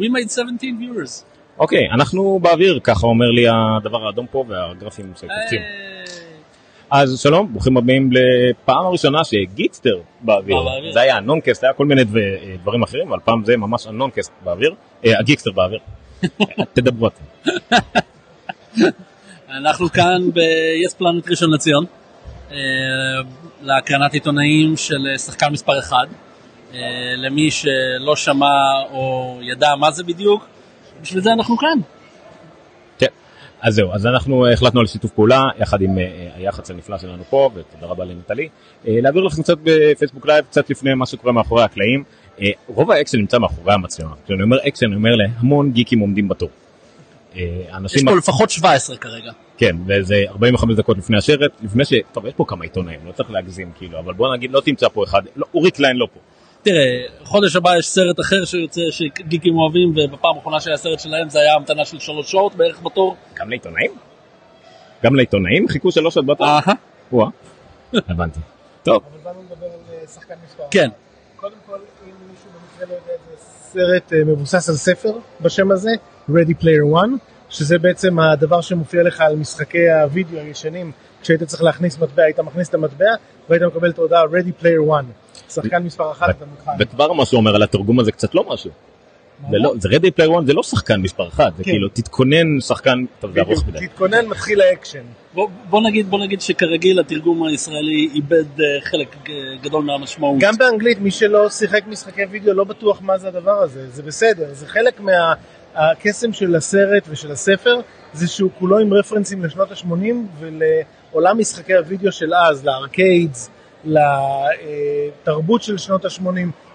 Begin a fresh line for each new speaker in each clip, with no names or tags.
We made 17 viewers.
אוקיי, אנחנו באוויר, ככה אומר לי הדבר האדום פה והגרפים שקופצים. אז שלום, ברוכים הבאים לפעם הראשונה שגיטסטר באוויר.
אה, באוויר.
זה היה הנונקאסט, היה כל מיני דו- אה, דברים אחרים, אבל פעם זה ממש הנונקאסט באוויר, אה, הגיטסטר באוויר. תדברו אתם.
אנחנו כאן ב-yes planet ראשון לציון, אה, להקרנת עיתונאים של אה, שחקן מספר 1. למי שלא שמע או ידע מה זה בדיוק, בשביל זה אנחנו כאן.
כן. אז זהו, אז אנחנו אה, החלטנו על שיתוף פעולה יחד עם אה, אה, היח"צ הנפלא שלנו פה, ותודה רבה לנטלי. אה, להעביר לכם קצת בפייסבוק לייב, קצת לפני מה שקורה מאחורי הקלעים. אה, רוב האקשן נמצא מאחורי המצלמה. כשאני אומר אקשן, אני אומר להמון גיקים עומדים בתור. אה,
יש
אנשים,
פה לפחות 17 כרגע.
כן, וזה 45 דקות לפני השרת, לפני ש... טוב, יש פה כמה עיתונאים, לא צריך להגזים כאילו, אבל בוא נגיד, לא תמצא פה אחד, לא, אורי קליין לא פה.
תראה, חודש הבא יש סרט אחר שיוצא שגיקים אוהבים, ובפעם האחרונה שהיה סרט שלהם זה היה המתנה של שלוש שעות בערך בתור.
גם לעיתונאים? גם לעיתונאים? חיכו שלוש שעות בתור?
אהה.
וואה. הבנתי. טוב,
אבל באנו לדבר על אה, שחקן מספר.
כן.
קודם כל, אם מישהו במקרה לא יודע, זה סרט אה, מבוסס על ספר בשם הזה, Ready Player One, שזה בעצם הדבר שמופיע לך על משחקי הוידאו הישנים, כשהיית צריך להכניס מטבע, היית מכניס את המטבע, והיית מקבל את ההודעה Ready Player One. שחקן מספר אחת, אתה מוכן.
וכבר מה שהוא אומר על התרגום הזה קצת לא משהו. זה לא- זה רדי פלייר 1 זה לא שחקן מספר 1, זה
כן.
כאילו תתכונן שחקן, טוב זה ארוך
בדיוק,
מדי.
תתכונן, מתחיל האקשן.
בוא, בוא נגיד בוא נגיד שכרגיל התרגום הישראלי איבד אה, חלק אה, גדול מהמשמעות.
גם באנגלית, מי שלא שיחק משחקי וידאו לא בטוח מה זה הדבר הזה, זה בסדר, זה חלק מהקסם של הסרט ושל הספר, זה שהוא כולו עם רפרנסים לשנות ה-80 ולעולם משחקי הוידאו של אז, לארקיידס, לתרבות של שנות ה-80,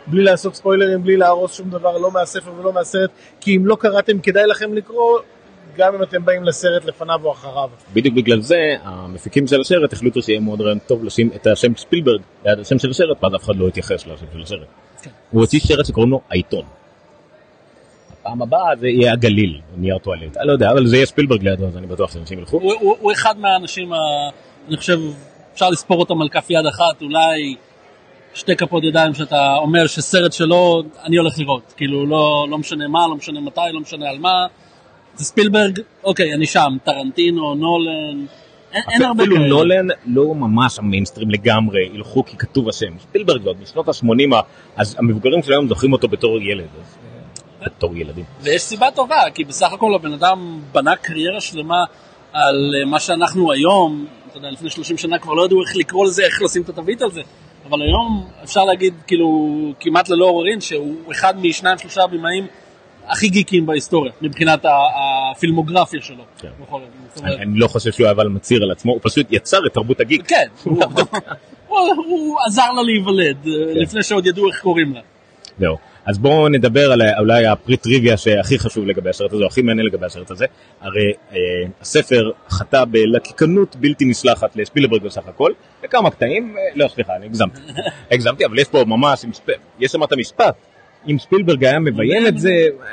בלי לעשות ספוילרים, בלי להרוס שום דבר, לא מהספר ולא מהסרט, כי אם לא קראתם כדאי לכם לקרוא, גם אם אתם באים לסרט לפניו או אחריו.
בדיוק בגלל זה המפיקים של השרת החליטו שיהיה מאוד רעיון טוב לשים את השם ספילברג ליד השם של השרת, ואז אף אחד לא יתייחס לשם של השרת.
כן.
הוא הוציא שרת שקוראים לו העיתון. הפעם הבאה זה יהיה הגליל, נייר טואלט, אני לא יודע, אבל זה יהיה ספילברג לידו, אז אני בטוח שאנשים ילכו.
הוא, הוא, הוא אחד מהאנשים, ה... אני חושב, אפשר לספור אותם על כף יד אחת, אולי שתי כפות ידיים שאתה אומר שסרט שלו, אני הולך לראות. כאילו, לא, לא משנה מה, לא משנה מתי, לא משנה על מה. זה ספילברג, אוקיי, אני שם, טרנטינו, נולן, אין, אין הרבה
אפילו
כאלה.
נולן לא ממש המיינסטרים לגמרי, ילכו כי כתוב השם. ספילברג עוד משנות ה-80, אז המבוגרים של היום זוכרים אותו בתור ילד, אז... אה, בתור ילדים.
ויש סיבה טובה, כי בסך הכל הבן אדם בנה קריירה שלמה על אה, מה שאנחנו היום, אתה יודע, לפני 30 שנה כבר לא ידעו איך לקרוא לזה, איך לשים את התווית על זה, אבל היום אפשר להגיד, כאילו, כמעט ללא עוררין, שהוא אחד משניים שלושה הבמאים הכי גיקים בהיסטוריה, מבחינת ה- הפילמוגרפיה שלו.
כן.
בכל זאת, זאת אומרת,
אני אני לא חושב שהוא היה אבל מצהיר על עצמו, הוא פשוט יצר את תרבות הגיק.
כן, הוא- הוא הוא עזר לה להיוולד, אה,
כן.
לפני שעוד ידעו איך קוראים לה.
זהו. אז בואו נדבר על אה, אולי הפרי טריוויה שהכי חשוב לגבי השרת הזה, או הכי מעניין לגבי השרת הזה. הרי אה, הספר חטא בלקיקנות בלתי נסלחת לספילברג בסך הכל, וכמה קטעים, אה, לא סליחה, אני הגזמתי. הגזמתי, אבל יש פה ממש, עם ספ- יש שם את המשפט. אם ספילברג היה מביים את זה,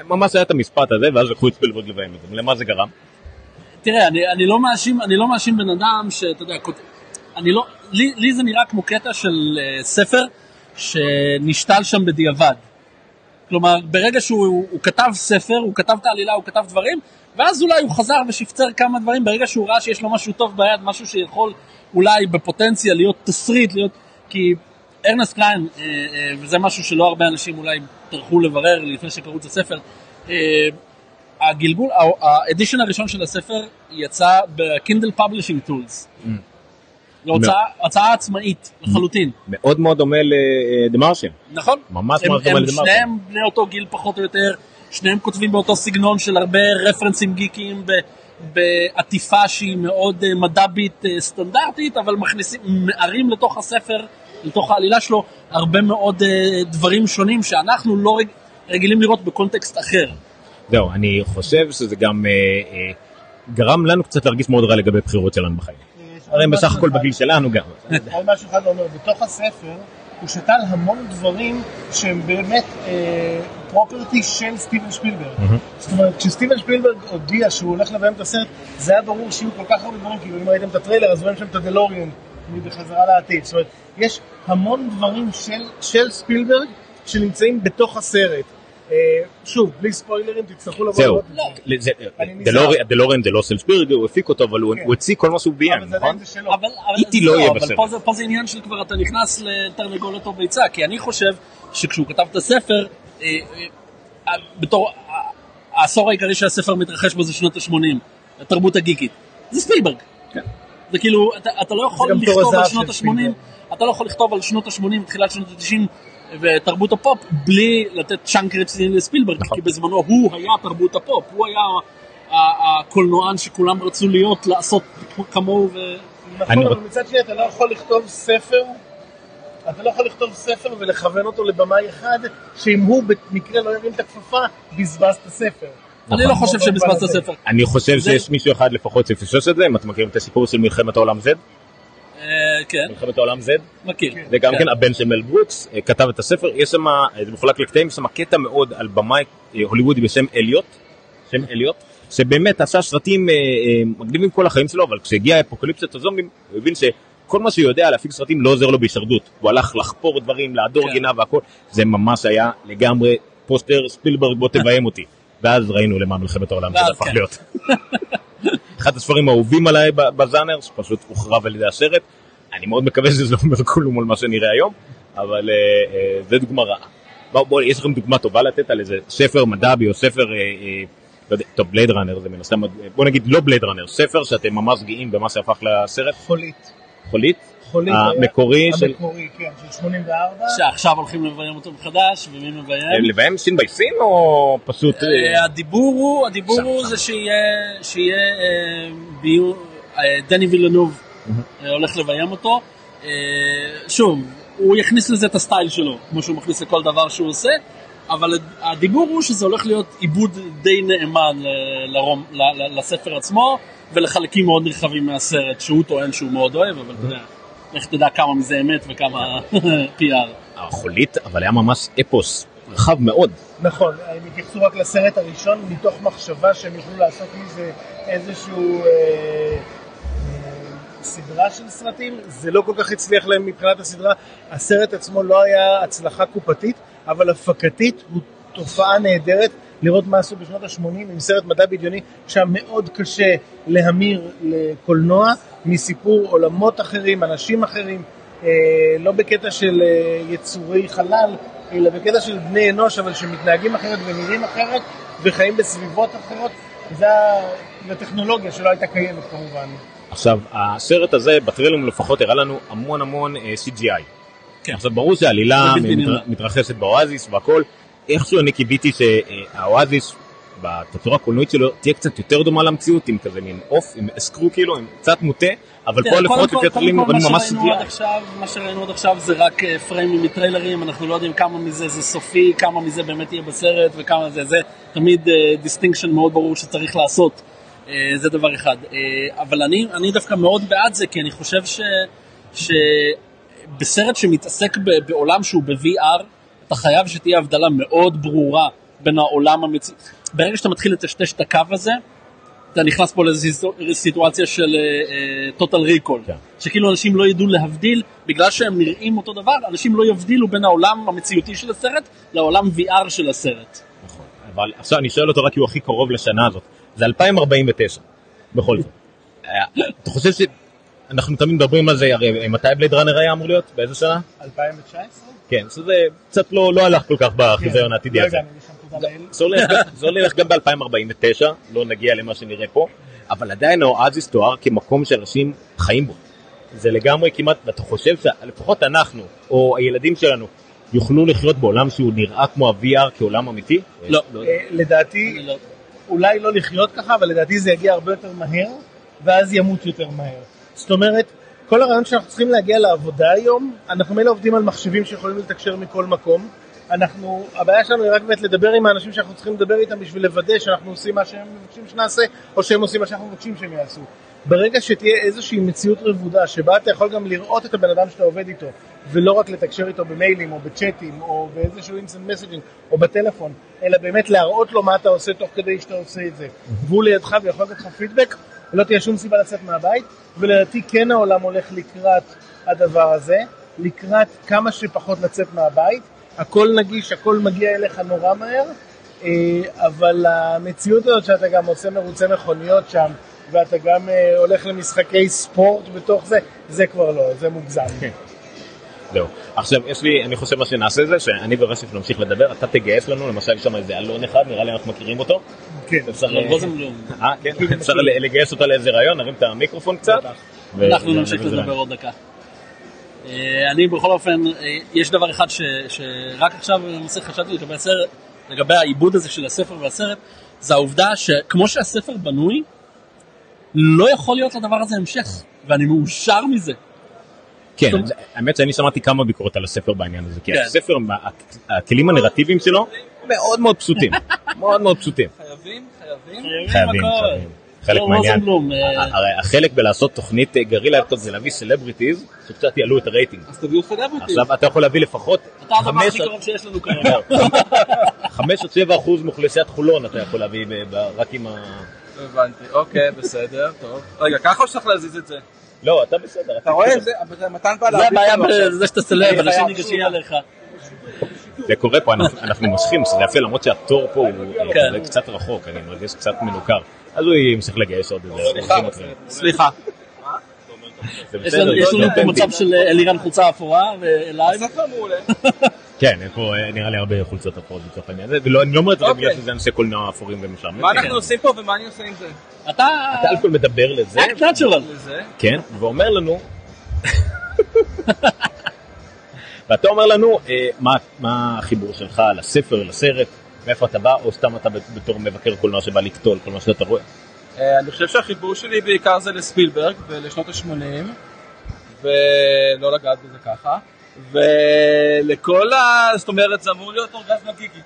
ממש היה את המשפט הזה, ואז לקחו את ספילברג לביים את זה. למה זה גרם?
תראה, אני, אני, לא מאשים, אני לא מאשים בן אדם שאתה יודע, כות... אני לא, לי, לי זה נראה כמו קטע של uh, ספר שנשתל שם בדיעבד. כלומר, ברגע שהוא הוא, הוא כתב ספר, הוא כתב את העלילה, הוא כתב דברים, ואז אולי הוא חזר ושפצר כמה דברים, ברגע שהוא ראה שיש לו משהו טוב ביד, משהו שיכול אולי בפוטנציה להיות תסריט, להיות... כי ארנסט קליין, אה, אה, וזה משהו שלא הרבה אנשים אולי טרחו לברר לפני שקראו את הספר, אה, הגלגול, האדישן הראשון של הספר יצא בקינדל פאבלישינג טולס. להוצאה עצמאית לחלוטין,
מאוד מאוד דומה אה, לדה מרשן.
נכון?
ממש
הם-
ממש דומה
הם
לדה מרשן.
שניהם בני אותו גיל פחות או יותר, שניהם כותבים באותו סגנון של הרבה רפרנסים גיקיים ב- בעטיפה שהיא מאוד אה, מדבית אה, סטנדרטית, אבל מכניסים, מערים לתוך הספר, לתוך העלילה שלו, הרבה מאוד אה, דברים שונים שאנחנו לא רג- רגילים לראות בקונטקסט אחר.
זהו, אני חושב שזה גם אה, אה, גרם לנו קצת להרגיש מאוד רע לגבי בחירות שלנו בחיים. הרי הם בסך הכל בגיל שלנו גם.
על משהו אחד לא אומר, בתוך הספר הוא שתל המון דברים שהם באמת אה, פרופרטי של סטיבן שפילברג.
מהמם.
זאת אומרת, כשסטיבן שפילברג הודיע שהוא הולך לביים את הסרט, זה היה ברור שיהיו כל כך הרבה דברים, כאילו אם ראיתם את הטריילר אז רואים שם את הדלוריאן בחזרה לעתיד. זאת אומרת, יש המון דברים של, של ספילברג שנמצאים בתוך הסרט. אה, אה, שוב, בלי ספוילרים, תצטרכו לבוא
זהו,
לראות את זה.
זה-
לא,
אה,
אני ניסה.
דלורי- דלוריאן זה לא סלסבירגר, הוא הפיק אותו, אבל הוא
כן.
הוא הציג כל מה שהוא
אבל
ביים,
זה
נכון?
עדיין זה שלו. E
אבל, אבל
איטי
זה
לא יהיה
אבל
בסרט.
פה זה, פה זה עניין של כבר אתה נכנס לתרנגולת או ביצה, כי אני חושב שכשהוא כתב את הספר, אה, אה, בתור אה, העשור העיקרי שהספר מתרחש בו זה שנות ה-80, התרבות הגיקית. זה ספילברג. זה כאילו, אתה, אתה לא יכול
כן. גם תור
לכתוב על
הזהב
שנות
של
ה-80, אתה לא יכול לכתוב על שנות ה-80, תחילת שנות ה-90 ותרבות הפופ, בלי לתת צ'אנק רציני לספילברג,
נכון.
כי בזמנו הוא היה תרבות הפופ, הוא היה ה- הקולנוען שכולם רצו להיות, לעשות כמוהו ו...
אני
נכון, אבל
רוצ-
מצד שני אתה לא יכול לכתוב ספר, אתה לא יכול לכתוב ספר ולכוון אותו לבמאי אחד, שאם הוא במקרה לא ירים את הכפפה, בזבז את הספר.
אה,
אני לא חושב שבזבזת ספר.
אני חושב
זה-
שיש מישהו אחד לפחות שפספס את זה, אם אתם מכירים את הסיפור של מלחמת העולם Z,
אה, כן,
מלחמת העולם Z,
מכיר.
זה גם כן הבן של מל ברוקס, אה, כתב את הספר, יש שם, אה, זה מחולק לקטעים, יש שם קטע מאוד על במאי אה, הוליוודי בשם אליוט, שם אליוט, שבאמת עשה סרטים אה, אה, מגניבים כל החיים שלו, אבל כשהגיע אפוקליפסת הזומבים, הוא הבין שכל מה שהוא יודע להפיק סרטים לא עוזר לו בהישרדות, הוא הלך לחפור דברים, להדור
כן.
גינה והכל, זה ממש היה לגמרי פוסטר ספילברג בוא תביים אותי, ואז ראינו למה מלחמת העולם זה
ואז
הפך
כן.
להיות. אחד הספרים האהובים עליי ב- בזאנר, שפשוט הוחרב על ידי הסרט. אני מאוד מקווה שזה לא אומר כלום על מה שנראה היום, אבל אה, אה, זה דוגמה רעה. בואו, בוא, יש לכם דוגמה טובה לתת על איזה ספר מדבי או ספר, אה, אה, לא יודע, טוב, בלייד ראנר זה מן הסתם, בוא נגיד לא בלייד ראנר, ספר שאתם ממש גאים במה שהפך לסרט,
חולית.
חולית,
חולית אה,
המקורי
היה-
של...
המקורי, כן, של 84.
שעכשיו הולכים לביים אותו מחדש, ומי מביים?
לביים סין בי סין או פשוט... אה,
אה, הדיבור הוא, הדיבור
שם,
הוא
שם.
זה שיהיה, שיהיה אה, ביו- אה, דני וילנוב אה, הולך לביים אותו. אה, שוב, הוא יכניס לזה את הסטייל שלו, כמו שהוא מכניס לכל דבר שהוא עושה, אבל הדיבור הוא שזה הולך להיות עיבוד די נאמן ל- לרום- ל- ל- לספר עצמו, ולחלקים מאוד נרחבים מהסרט, שהוא טוען שהוא מאוד אוהב, אבל אתה יודע, לך תדע כמה מזה אמת וכמה PR.
אה, החולית, אבל היה ממש אפוס רחב מאוד.
נכון, הם התייחסו רק לסרט הראשון מתוך מחשבה שהם יוכלו לעשות מזה איזשהו אה, אה, סדרה של סרטים, זה לא כל כך הצליח להם מבחינת הסדרה, הסרט עצמו לא היה הצלחה קופתית, אבל הפקתית הוא תופעה נהדרת לראות מה עשו בשנות ה-80 עם סרט מדע בדיוני שהיה מאוד קשה להמיר לקולנוע מסיפור עולמות אחרים, אנשים אחרים, אה, לא בקטע של אה, יצורי חלל, אלא בקטע של בני אנוש, אבל שמתנהגים אחרת ונראים אחרת וחיים בסביבות אחרות, זה הטכנולוגיה שלא הייתה קיימת כמובן.
עכשיו, הסרט הזה, בטרילום לפחות, הראה לנו המון המון אה, CGI.
כן.
עכשיו, ברור שהעלילה
זה בלתי
מתר-
נמנע.
מתרחשת באואזיס והכל, איכשהו אני קיוויתי שהאואזיס, בתצורה הקולנועית שלו, תהיה קצת יותר דומה למציאות, עם כזה מין עוף, עם אסקרו כאילו, עם קצת מוטה, אבל פה
תראה, כן, קודם
לפחות
כל-
לפי
קודם
הטרילים
כל, מה
רואים ממש
שראינו עד
CGI.
עכשיו- מה שראינו עד עכשיו זה רק אה, פריימים מטריילרים, אנחנו לא יודעים כמה מזה זה סופי, כמה מזה באמת יהיה בסרט וכמה זה, זה תמיד דיסטינקשן מאוד ברור שצריך לעשות, אה, זה דבר אחד. אה, אבל אני- אני דווקא מאוד בעד זה, כי אני חושב ש... שבסרט שמתעסק ב- בעולם שהוא ב-VR, אתה חייב שתהיה הבדלה מאוד ברורה בין העולם המציא... ברגע שאתה מתחיל לטשטש את הקו הזה, אתה נכנס פה לסיטואציה של טוטל ריקול,
כן.
שכאילו אנשים לא ידעו להבדיל, בגלל שהם נראים אותו דבר, אנשים לא יבדילו בין העולם המציאותי של הסרט לעולם VR של הסרט.
נכון, אבל עכשיו אני שואל אותו רק כי הוא הכי קרוב לשנה הזאת, זה 2049, בכל זאת. אה, אתה חושב ש... אנחנו תמיד מדברים על זה, הרי אה, מתי בלייד ראנר היה אמור להיות? באיזה שנה?
2019?
כן, שזה קצת לא, לא הלך כל כך בחיזיון
כן,
העתידי
לא
הזה.
הגענו לשם, תודה לאל.
זה הולך, זה הולך גם ב-2049, לא נגיע למה שנראה פה, אבל עדיין האואזיס תואר כמקום שאנשים חיים בו. זה לגמרי כמעט, ואתה חושב שלפחות אנחנו, או הילדים שלנו, יוכלו לחיות בעולם שהוא נראה כמו ה-VR כעולם אמיתי?
לא.
אה, לדעתי, אולי לא לחיות ככה, אבל לדעתי זה יגיע הרבה יותר מהר, ואז ימות יותר מהר. זאת אומרת, כל הרעיון שאנחנו צריכים להגיע לעבודה היום, אנחנו מילא עובדים על מחשבים שיכולים לתקשר מכל מקום. אנחנו, הבעיה שלנו היא רק באמת לדבר עם האנשים שאנחנו צריכים לדבר איתם בשביל לוודא שאנחנו עושים מה שהם מבקשים שנעשה, או שהם עושים מה שאנחנו מבקשים שהם יעשו. ברגע שתהיה איזושהי מציאות רבודה, שבה אתה יכול גם לראות את הבן אדם שאתה עובד איתו, ולא רק לתקשר איתו במיילים, או בצ'אטים, או באיזשהו instant messaging, או בטלפון, אלא באמת להראות לו מה אתה עושה תוך כדי שאתה עושה את זה, והוא לידך ויכול לתת לך פידבק, לא תהיה שום סיבה לצאת מהבית, ולדעתי כן העולם הולך לקראת הדבר הזה, לקראת כמה שפחות לצאת מהבית, הכל נגיש, הכל מגיע אליך נורא מהר, אה, אבל המציאות הזאת שאתה גם עושה מרוצי מכוניות שם, ואתה גם אה, הולך למשחקי ספורט בתוך זה, זה כבר לא, זה מוגזם.
כן.
זהו. עכשיו, יש לי, אני חושב מה שנעשה זה שאני ורשף נמשיך לדבר, אתה תגייס לנו, למשל יש שם איזה אלון אחד, נראה לי אנחנו מכירים אותו.
כן.
אפשר
אבל
ל-
רוזנבלום,
אה, כן, אפשר ל- לגייס אותה לאיזה רעיון, נרים את המיקרופון קצת. ו-
אנחנו נמשיך
וזה- לא.
לדבר עוד דקה. אה, אני בכל אופן, אה, יש דבר אחד ש- שרק עכשיו למעשה חשבתי לגבי הסרט, לגבי העיבוד הזה של הספר והסרט, זה העובדה שכמו שהספר בנוי, לא יכול להיות לדבר הזה המשך, ואני מאושר מזה.
כן,
זאת-
אז האמת שאני שמעתי כמה ביקורות על הספר בעניין הזה, כי
כן.
הספר, מה- הכ- הכלים הנרטיביים שלו מאוד מאוד פשוטים, מאוד מאוד פשוטים.
חייבים, חייבים,
חייבים,
הכל.
חייבים. חלק
לא,
מהעניין,
רוזנבלום, אה,
ה- הרי החלק בלעשות תוכנית אה, גרילה אקטוב זה להביא סלבריטיז שקצת יעלו את הרייטינג.
אז תביאו סלבריטי.
עכשיו אתה יכול להביא לפחות
אתה הדבר
חמש
הכי קרוב שיש לנו כרגע.
חמש עד שבע אחוז מאוכלוסיית חולון אתה יכול להביא ב- ב- רק עם ה...
הבנתי, אוקיי, בסדר, טוב. רגע, ככה או שצריך להזיז את זה?
לא, אתה בסדר.
אתה רואה? זה- אבל זה מתן בא
זה
להביא
הבעיה
אותו עכשיו.
בזה שאתה סלב,
זה
אנשים
חייב.
ניגשים אליך.
זה קורה פה, אנחנו- אנחנו מושכים, שזה יפה, למרות שהתור פה הוא אה,
כן.
כזה קצת רחוק, אני מרגיש קצת מנוכר. אז הוא ימשיך לגייס עוד איזה... אורחים אחרים.
סליחה.
זה
יש
בסדר,
לנו- יש
זה
לנו פה
אותנטי.
מצב של אה, אלירן חולצה אפורה ואליי.
הספר אה, מעולה.
כן, אין פה אה, נראה לי הרבה חולצות אפורות לצורך העניין הזה, ואני לא אומר את זה גם
אוקיי.
בגלל שזה אנשי קולנוע אפורים ומשעמם.
מה אנחנו עושים פה ומה אני עושה עם זה?
אתה... אה,
אתה על כל מדבר לזה,
אקט נאצ'רל.
לזה?
כן, ואומר לנו, ואתה אומר לנו אה, מה, מה החיבור שלך לספר, לסרט, מאיפה אתה בא, או סתם אתה בתור מבקר קולנוע שבא לקטול כל מה שאתה רואה.
אה, אני חושב שהחיבור שלי בעיקר זה לספילברג ולשנות ה-80 ולא לגעת בזה ככה ולכל ה... זאת אומרת זה אמור להיות אורגזמה גיקי.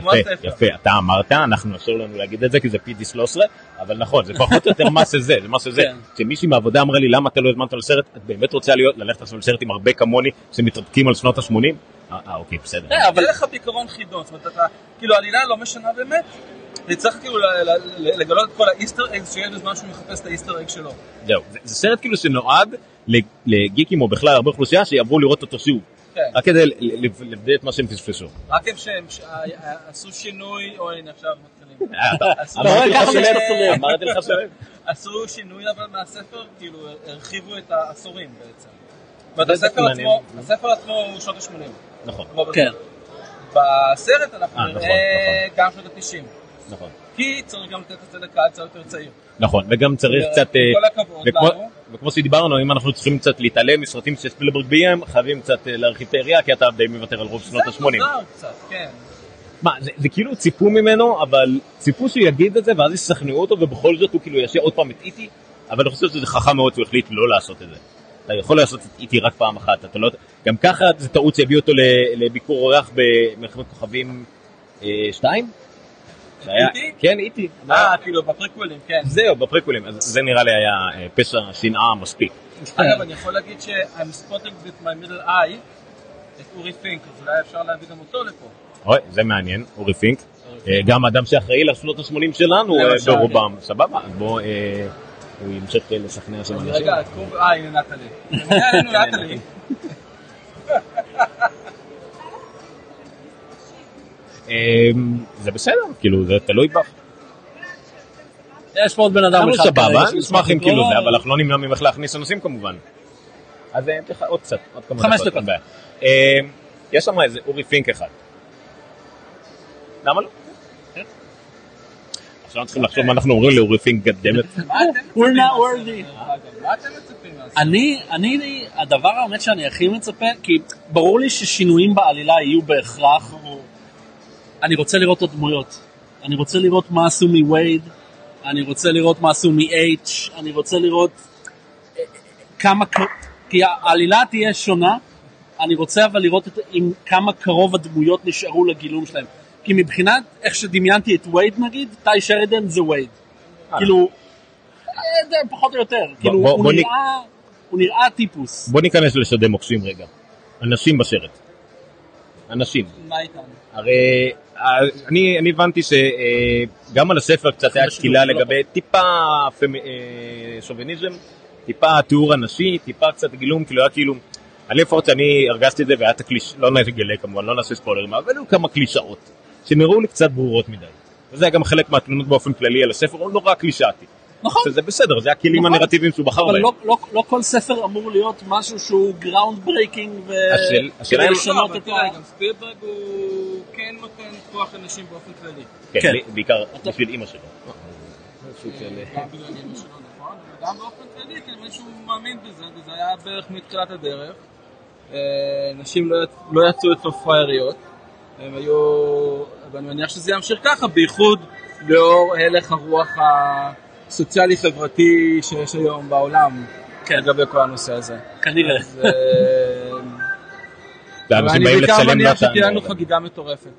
כמו
יפה,
הספר.
יפה, אתה אמרת, אנחנו אסור לנו להגיד את זה כי זה PG-13, אבל נכון, זה פחות או יותר מה שזה, זה מה שזה.
כן.
כשמישהי מהעבודה אמרה לי למה אתה לא הזמנת לסרט, את באמת רוצה להיות, ללכת עכשיו לסרט עם הרבה כמוני שמתרפקים על שנות ה-80? אה, אה, אוקיי, בסדר.
אה,
אבל
אבל
אין לך בעיקרון חידון, זאת אומרת אתה, כאילו העלילה לא משנה באמת, וצריך כאילו ל- ל- ל- לגלות את כל האיסטר אגס שיש בזמן שהוא מחפש את האיסטר אג שלו.
זהו, זה, זה סרט כאילו שנועד ל- לגיקים או בכלל הרבה אוכלוסייה שיעברו לראות אותו שוב.
כן.
רק כדי ל- ל- ל- לבדל את מה שהם פספסו. אה,
רק הם שהם ש- ה- ה- עשו שינוי, אוי הנה עכשיו מתחילים.
אה, אתה-
עשו-
אמרתי לך
לא, ככה זה
שלם,
שאתה סולד.
אמרתי לך שלם.
עשו שינוי אבל מהספר, כאילו הרחיבו את העשורים בעצם. זאת אומרת,
זה
הספר
מעניין.
עצמו- הספר עצמו הוא שנות ה-80.
נכון,
כן.
בסרט אנחנו
אה,
נראה גם שנות ה-90.
נכון.
כי צריך גם לתת את זה לקהל קצת יותר צעיר.
נכון, וגם צריך
אה,
קצת... אה,
כל הכבוד
וכמו-
לנו.
וכמו שדיברנו, אם אנחנו צריכים קצת להתעלם מסרטים שספילברג ביים, חייבים קצת אה, להרחיב את היריעה, כי אתה די מוותר על רוב שנות
זה
ה-80.
מוזר קצת, כן.
מה, זה, זה כאילו ציפו ממנו, אבל ציפו שהוא יגיד את זה, ואז ישכנעו אותו, ובכל זאת הוא כאילו יעשה עוד פעם את איטי, אבל אני חושב שזה חכם מאוד שהוא החליט לא לעשות את זה. אתה יכול לעשות את איטי רק פעם אחת, אתה לא... גם ככה זה טעות שהביא אותו ל- לביקור אורח במלחמת כוכבים 2?
איטי?
כן, איטי.
אה, כאילו בפריקוולים, כן.
זהו, בפריקולים, אז זה נראה לי היה אה, פשע שנאה מספיק.
אגב, אני יכול להגיד ש- I'm spotting with my middle eye את אורי פינק, אז אולי אפשר להביא גם אותו לפה.
אוי, זה מעניין, אורי פינק. אה, גם אדם שאחראי לשנות ה-80 שלנו אה,
למשל,
ברובם, סבבה, אז בוא, אה, הוא ימשיך אה, לשכנע שם אנשים.
רגע, תקום, אה, הנה נטלי. הנה עלינו נטלי.
אה, זה בסדר, כאילו, זה תלוי בך.
לא, יש פה עוד בן אדם
אנחנו
אחד
סבבה,
כרגע
נשמח אם
שמשחק
כאילו
לקרוא.
זה, אבל אנחנו לא נמנע ממך להכניס אנשים כמובן. אז אה, תכף עוד קצת, עוד כמה
חמש דקות.
אין בעיה. אה, יש שם איזה אורי פינק אחד. למה לא?
כן.
עכשיו אנחנו צריכים לחשוב מה אנחנו אומרים לאורי פינק גדמת.
מה אתם
We're
מצפים
not
מהסרט,
worthy.
דרך אגב? מה אתם מצפים מהסרט?
אני, אני, הדבר האמת שאני הכי מצפה, כי ברור לי ששינויים בעלילה יהיו בהכרח. אני רוצה לראות את הדמויות. אני רוצה לראות מה עשו מווייד, אני רוצה לראות מה עשו מ-H, אני רוצה לראות אה, אה, כמה, קר- כי העלילה תהיה שונה, אני רוצה אבל לראות את, עם כמה קרוב הדמויות נשארו לגילום שלהם. כי מבחינת איך שדמיינתי את וייד נגיד, טי שרידן זה וייד. כאילו, אה, זה פחות או יותר. כאילו,
בוא-
הוא
בוא נ-
נראה... הוא נראה טיפוס.
בוא ניכנס לשדה מוקשים רגע. אנשים בשרת. אנשים.
מה איתנו?
הרי אה, אני, אני הבנתי שגם על הספר קצת היה
בשילוב,
קהילה
לא
לגבי טיפה פמ... אה, שוביניזם, טיפה תיאור הנשי, טיפה קצת גילום, כאילו היה כאילו אני לפחות שאני הרגשתי את זה והיה את הקליש... לא נגלה כמובן, לא נעשה ספוילרים, אבל היו כמה קלישאות שנראו לי קצת ברורות מדי. וזה היה גם חלק מהתלונות באופן כללי על הספר, הוא נורא קלישאתי.
נכון.
שזה בסדר, זה הכלים
נכון.
הנרטיביים שהוא בחר
אבל
בהם.
לא, לא, לא כל ספר אמור להיות משהו שהוא גראונד ברייקינג ו...
השאל- השאלה
כדי
אם-
לא,
לשנות
אבל
את
תראה,
ה...
גם ספילברג הוא כן נותן כוח לנשים באופן כללי.
כן.
כן, לי- בעיקר בשביל אימא שלו.
גם בגלל אמא שלו, נכון, אבל גם באופן כללי, כי מישהו מאמין בזה, וזה היה בערך מתחילת הדרך. אה, נשים לא יצ- לא יצאו אצלו פראייריות. הם היו... ואני מניח שזה ימשיך ככה, בייחוד לאור הלך הרוח הסוציאלי-חברתי שיש היום בעולם.
כן.
לגבי כל הנושא הזה.
כנראה.
אז, אה,
ואנשים
אני
באים
בעיקר
לצלם
מניח
מהטעם
שתהיה לנו
בעולם.
חגיגה מטורפת.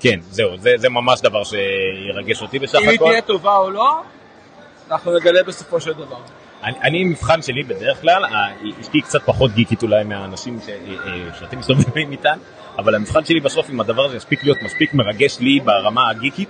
כן, זהו, זה זה ממש דבר שירגש אותי בסך
אם היא
הכל.
תהיה טובה או לא, אנחנו נגלה בסופו של דבר.
אני, אני מבחן שלי בדרך כלל, אה, אשתי קצת פחות גיקית אולי מהאנשים ש, אה, אה, שאתם מסתובבים איתן, אבל המבחן שלי בסוף אם הדבר הזה יספיק להיות מספיק מרגש לי ברמה הגיקית,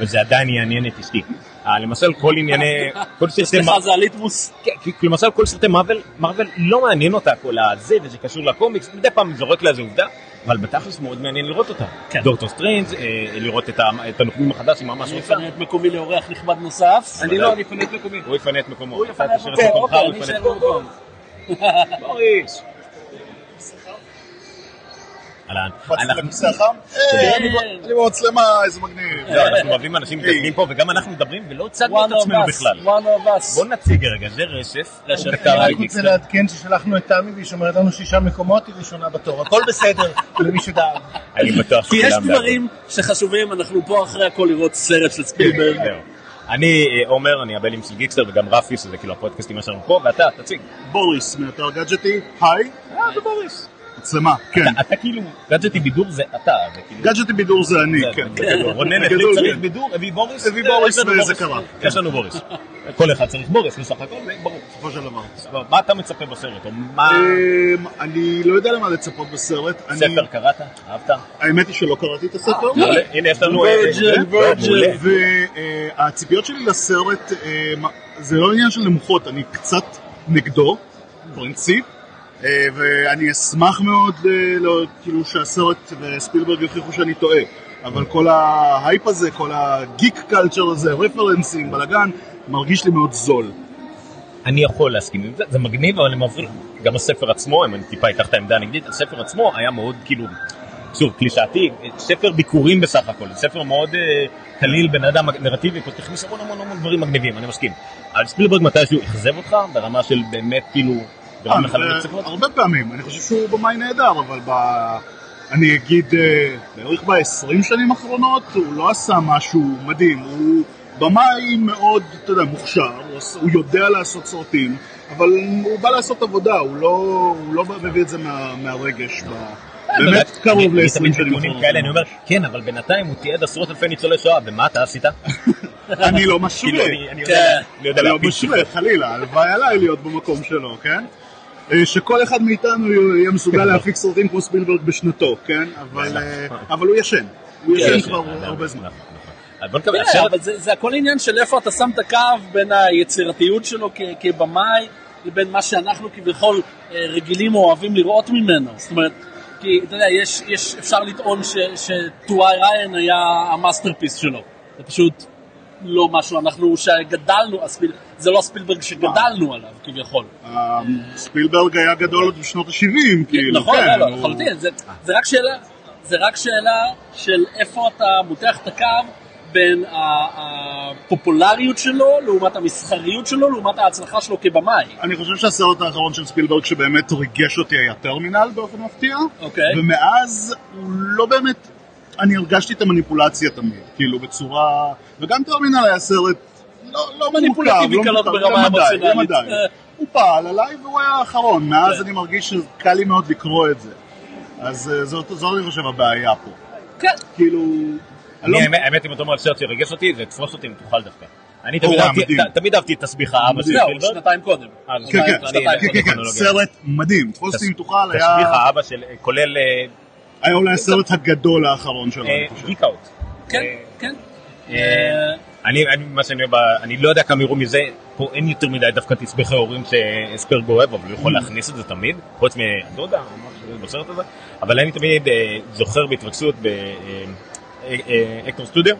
וזה עדיין יעניין את אשתי. אה, למשל כל ענייני, כל סרטי,
סליחה,
מ-
זה הליטמוס.
כן, כי- כי למשל כל סרטי מארוול, מארוול לא מעניין אותה כל הזה, וזה קשור לקומיקס, מדי פעם זורק לה איזה עובדה, אבל בתכלס מאוד מעניין לראות אותה.
כן.
דוקטור סטרנג', אה, לראות את ה- את הנוקמים החדש, היא ממש
אני
רוצה.
אפנה את מקומי לאורח נכבד נוסף.
אני לא, אני אפנה את מקומי.
הוא יפנה את מקומו.
הוא
אתה
יפנה את
תשאיר
מקומו,
מקומך,
אוקיי,
הוא
אני
יפנה את
אשאר
מקומו. בוריס. אהלן. אנחנו-
מצלם חם? אה, אני ב- אני במצלמה, איזה מגניב.
לא, אנחנו אוהבים אנשים מתעניינים פה, וגם אנחנו מדברים, ולא הצגנו את
one of
עצמנו
us.
בכלל.
one of us.
בוא נציג רגע, זה רשף.
רשף.
דקה
אני
אני
רייק
רק רוצה
ניקסון.
לעדכן ששלחנו את תמי והיא שומרת לנו שישה מקומות, היא ראשונה בתור, הכל בסדר, למי שדאג.
אני בטוח
כי יש
שכולם
דברים שחשובים, אנחנו פה אחרי הכל לראות סרט של
דאגו.
ספילברג.
זהו. אני אה, עומר, אני הבעלים של גיקסטר וגם רפי, שזה כאילו הפודקאסטים שלנו פה, ואתה, תציג.
בוריס מאתר גאדג'טי, היי.
אה, זה בוריס.
מצלמה, כן.
אתה- אתה כאילו, גאדג'טי בידור זה אתה, זה כאילו...
גאדג'טי בידור זה אני,
זה-
כן.
בגדול. רונן החליט
בגדול,
צריך
כן.
בידור, הביא בוריס.
הביא בוריס
יש לנו
וזה
בוריס.
קרה.
יש לנו בוריס. כל אחד צריך בוריס בסך הכל, זה ברור.
בסופו של דבר.
אבל מה אתה מצפה בסרט? או מה
אמ, אני לא יודע למה לצפות בסרט. אני-
ספר קראת? אהבת?
האמת היא שלא קראתי את הספר.
מעולה. הנה יש לנו... אה,
וירג'ן,
זה. לא, מעולה.
וירג'ן.
והציפיות אה, שלי לסרט, אה, מה- זה לא עניין של נמוכות, אני קצת נגדו, פרינציפ, אה, ואני אשמח מאוד אה, לא- כאילו שהסרט וספילברג יוכיחו שאני טועה, אבל כל ההייפ הזה, כל הגיק קלצ'ר הזה, רפרנסים, בלאגן, מרגיש לי מאוד זול.
אני יכול להסכים עם זה, זה מגניב, אבל הם עוברים, גם הספר עצמו, אם אני טיפה אקח את העמדה הנגדית, הספר עצמו היה מאוד כאילו, שוב, קלישאתי, ספר ביקורים בסך הכל, זה ספר מאוד אה, קליל, בן אדם נרטיבי, פה תכניס המון המון המון דברים מגניבים, אני מסכים. אבל ספילברג מתישהו אכזב אותך, ברמה של באמת כאילו, ברמה
אה,
בכלל לא
אה,
צריך להיות.
הרבה פעמים, אני חושב שהוא במאי נהדר, אבל ב... אני אגיד, אה, בערך ב-20 שנים האחרונות, הוא לא עשה משהו מדהים, הוא במאי מאוד, אתה יודע, מוכשר, הוא עוש- הוא יודע לעשות סרטים, אבל הוא בא לעשות עבודה, הוא לא, הוא לא בא- מביא את זה מה, מהרגש, ב... באמת
אה, אני-
קרוב
אני
ל-20
תמיד
שנים
בדיונים
האחרונות.
כאלה, אני אומר, כן, אבל בינתיים הוא תיעד עשרות אלפי ניצולי שואה, ומה אתה עשית?
אני לא
כאילו,
משווה,
אני אני יודע
כן.
אני יודע
לא
להפיל
משווה, חלילה, הלוואי עליי להיות במקום שלו, כן? אה, שכל אחד מאיתנו יהיה מסוגל להפיק סרטים כמו ספילברג בשנתו, כן? אבל, אה, אבל הוא ישן.
כן,
הוא ישן כבר הרבה זמן.
נכון, נכון. אז בוא נקווה,
כן,
הסרט-
אבל זה זה הכל עניין של איפה אתה שם את הקו בין היצירתיות שלו כ- כבמאי לבין מה שאנחנו כביכול אה, רגילים או אוהבים לראות ממנו. זאת אומרת, כי אתה יודע, יש, יש, אפשר לטעון ש- שטוואי ריין היה המאסטרפיס שלו. זה פשוט לא משהו, אנחנו שגדלנו, הספיל, זה לא הספילברג שגדלנו עליו כביכול.
אה, ספילברג היה גדול עוד בשנות ה-70, כאילו,
נכון,
כן.
לא,
הוא-
לא, לחלוטין, זה- זה רק שאלה, זה רק שאלה של איפה אתה מותח את הקו בין ה- הפופולריות שלו לעומת המסחריות שלו לעומת ההצלחה שלו כבמאי,
אני חושב שהסרט האחרון של ספילברג שבאמת ריגש אותי היה טרמינל באופן מפתיע.
אוקיי?
ומאז הוא לא באמת, אני הרגשתי את המניפולציה תמיד, כאילו בצורה, וגם טרמינל היה סרט לא, לא
מניפולטיבי
מניפולטיבי, לא
קלות
מניפולטיבי,
ברמה
למדי,
אמוציונלית.
למדי.
אה.
הוא פעל עליי והוא היה האחרון, מאז
כן.
אני מרגיש שקל לי מאוד לקרוא את זה. אז אה, זאת, זאת אני חושב הבעיה פה.
כן,
כאילו, אני לא-
אני, האמת- האמת, אם אתה אומר על סרט שירגש אותי, זה תפוס אותי אם תוכל דווקא. אני תמיד
אוה,
אהבתי-
מדהים.
ת- תמיד אהבתי את תסביך האבא של
זהו,
ספילברג.
שנתיים קודם.
אה,
לא? כן,
שנתיים,
כן,
אני-
שנתיים
כן, כן, כן,
טכנולוגיה.
סרט מדהים, תפוס
תס-
אותי אם תוכל,
תסביך
היה
האבא של, כולל אה,
היה אולי הסרט הגדול האחרון שלו, אני
אה,
חושב.
גיק אאוט.
כן,
אה,
כן.
אה, אני, אני, מה שאני, אוהב, אני לא יודע כמה יראו מזה, פה אין יותר מדי דווקא תסביכי הורים שהספרגו אוהב, אבל הוא יכול להכניס את זה תמיד, חוץ מהדודה, או משהו כזה בסרט הזה, אבל אני תמיד אה, זוכר בהתרגשות באקטור סטודיו,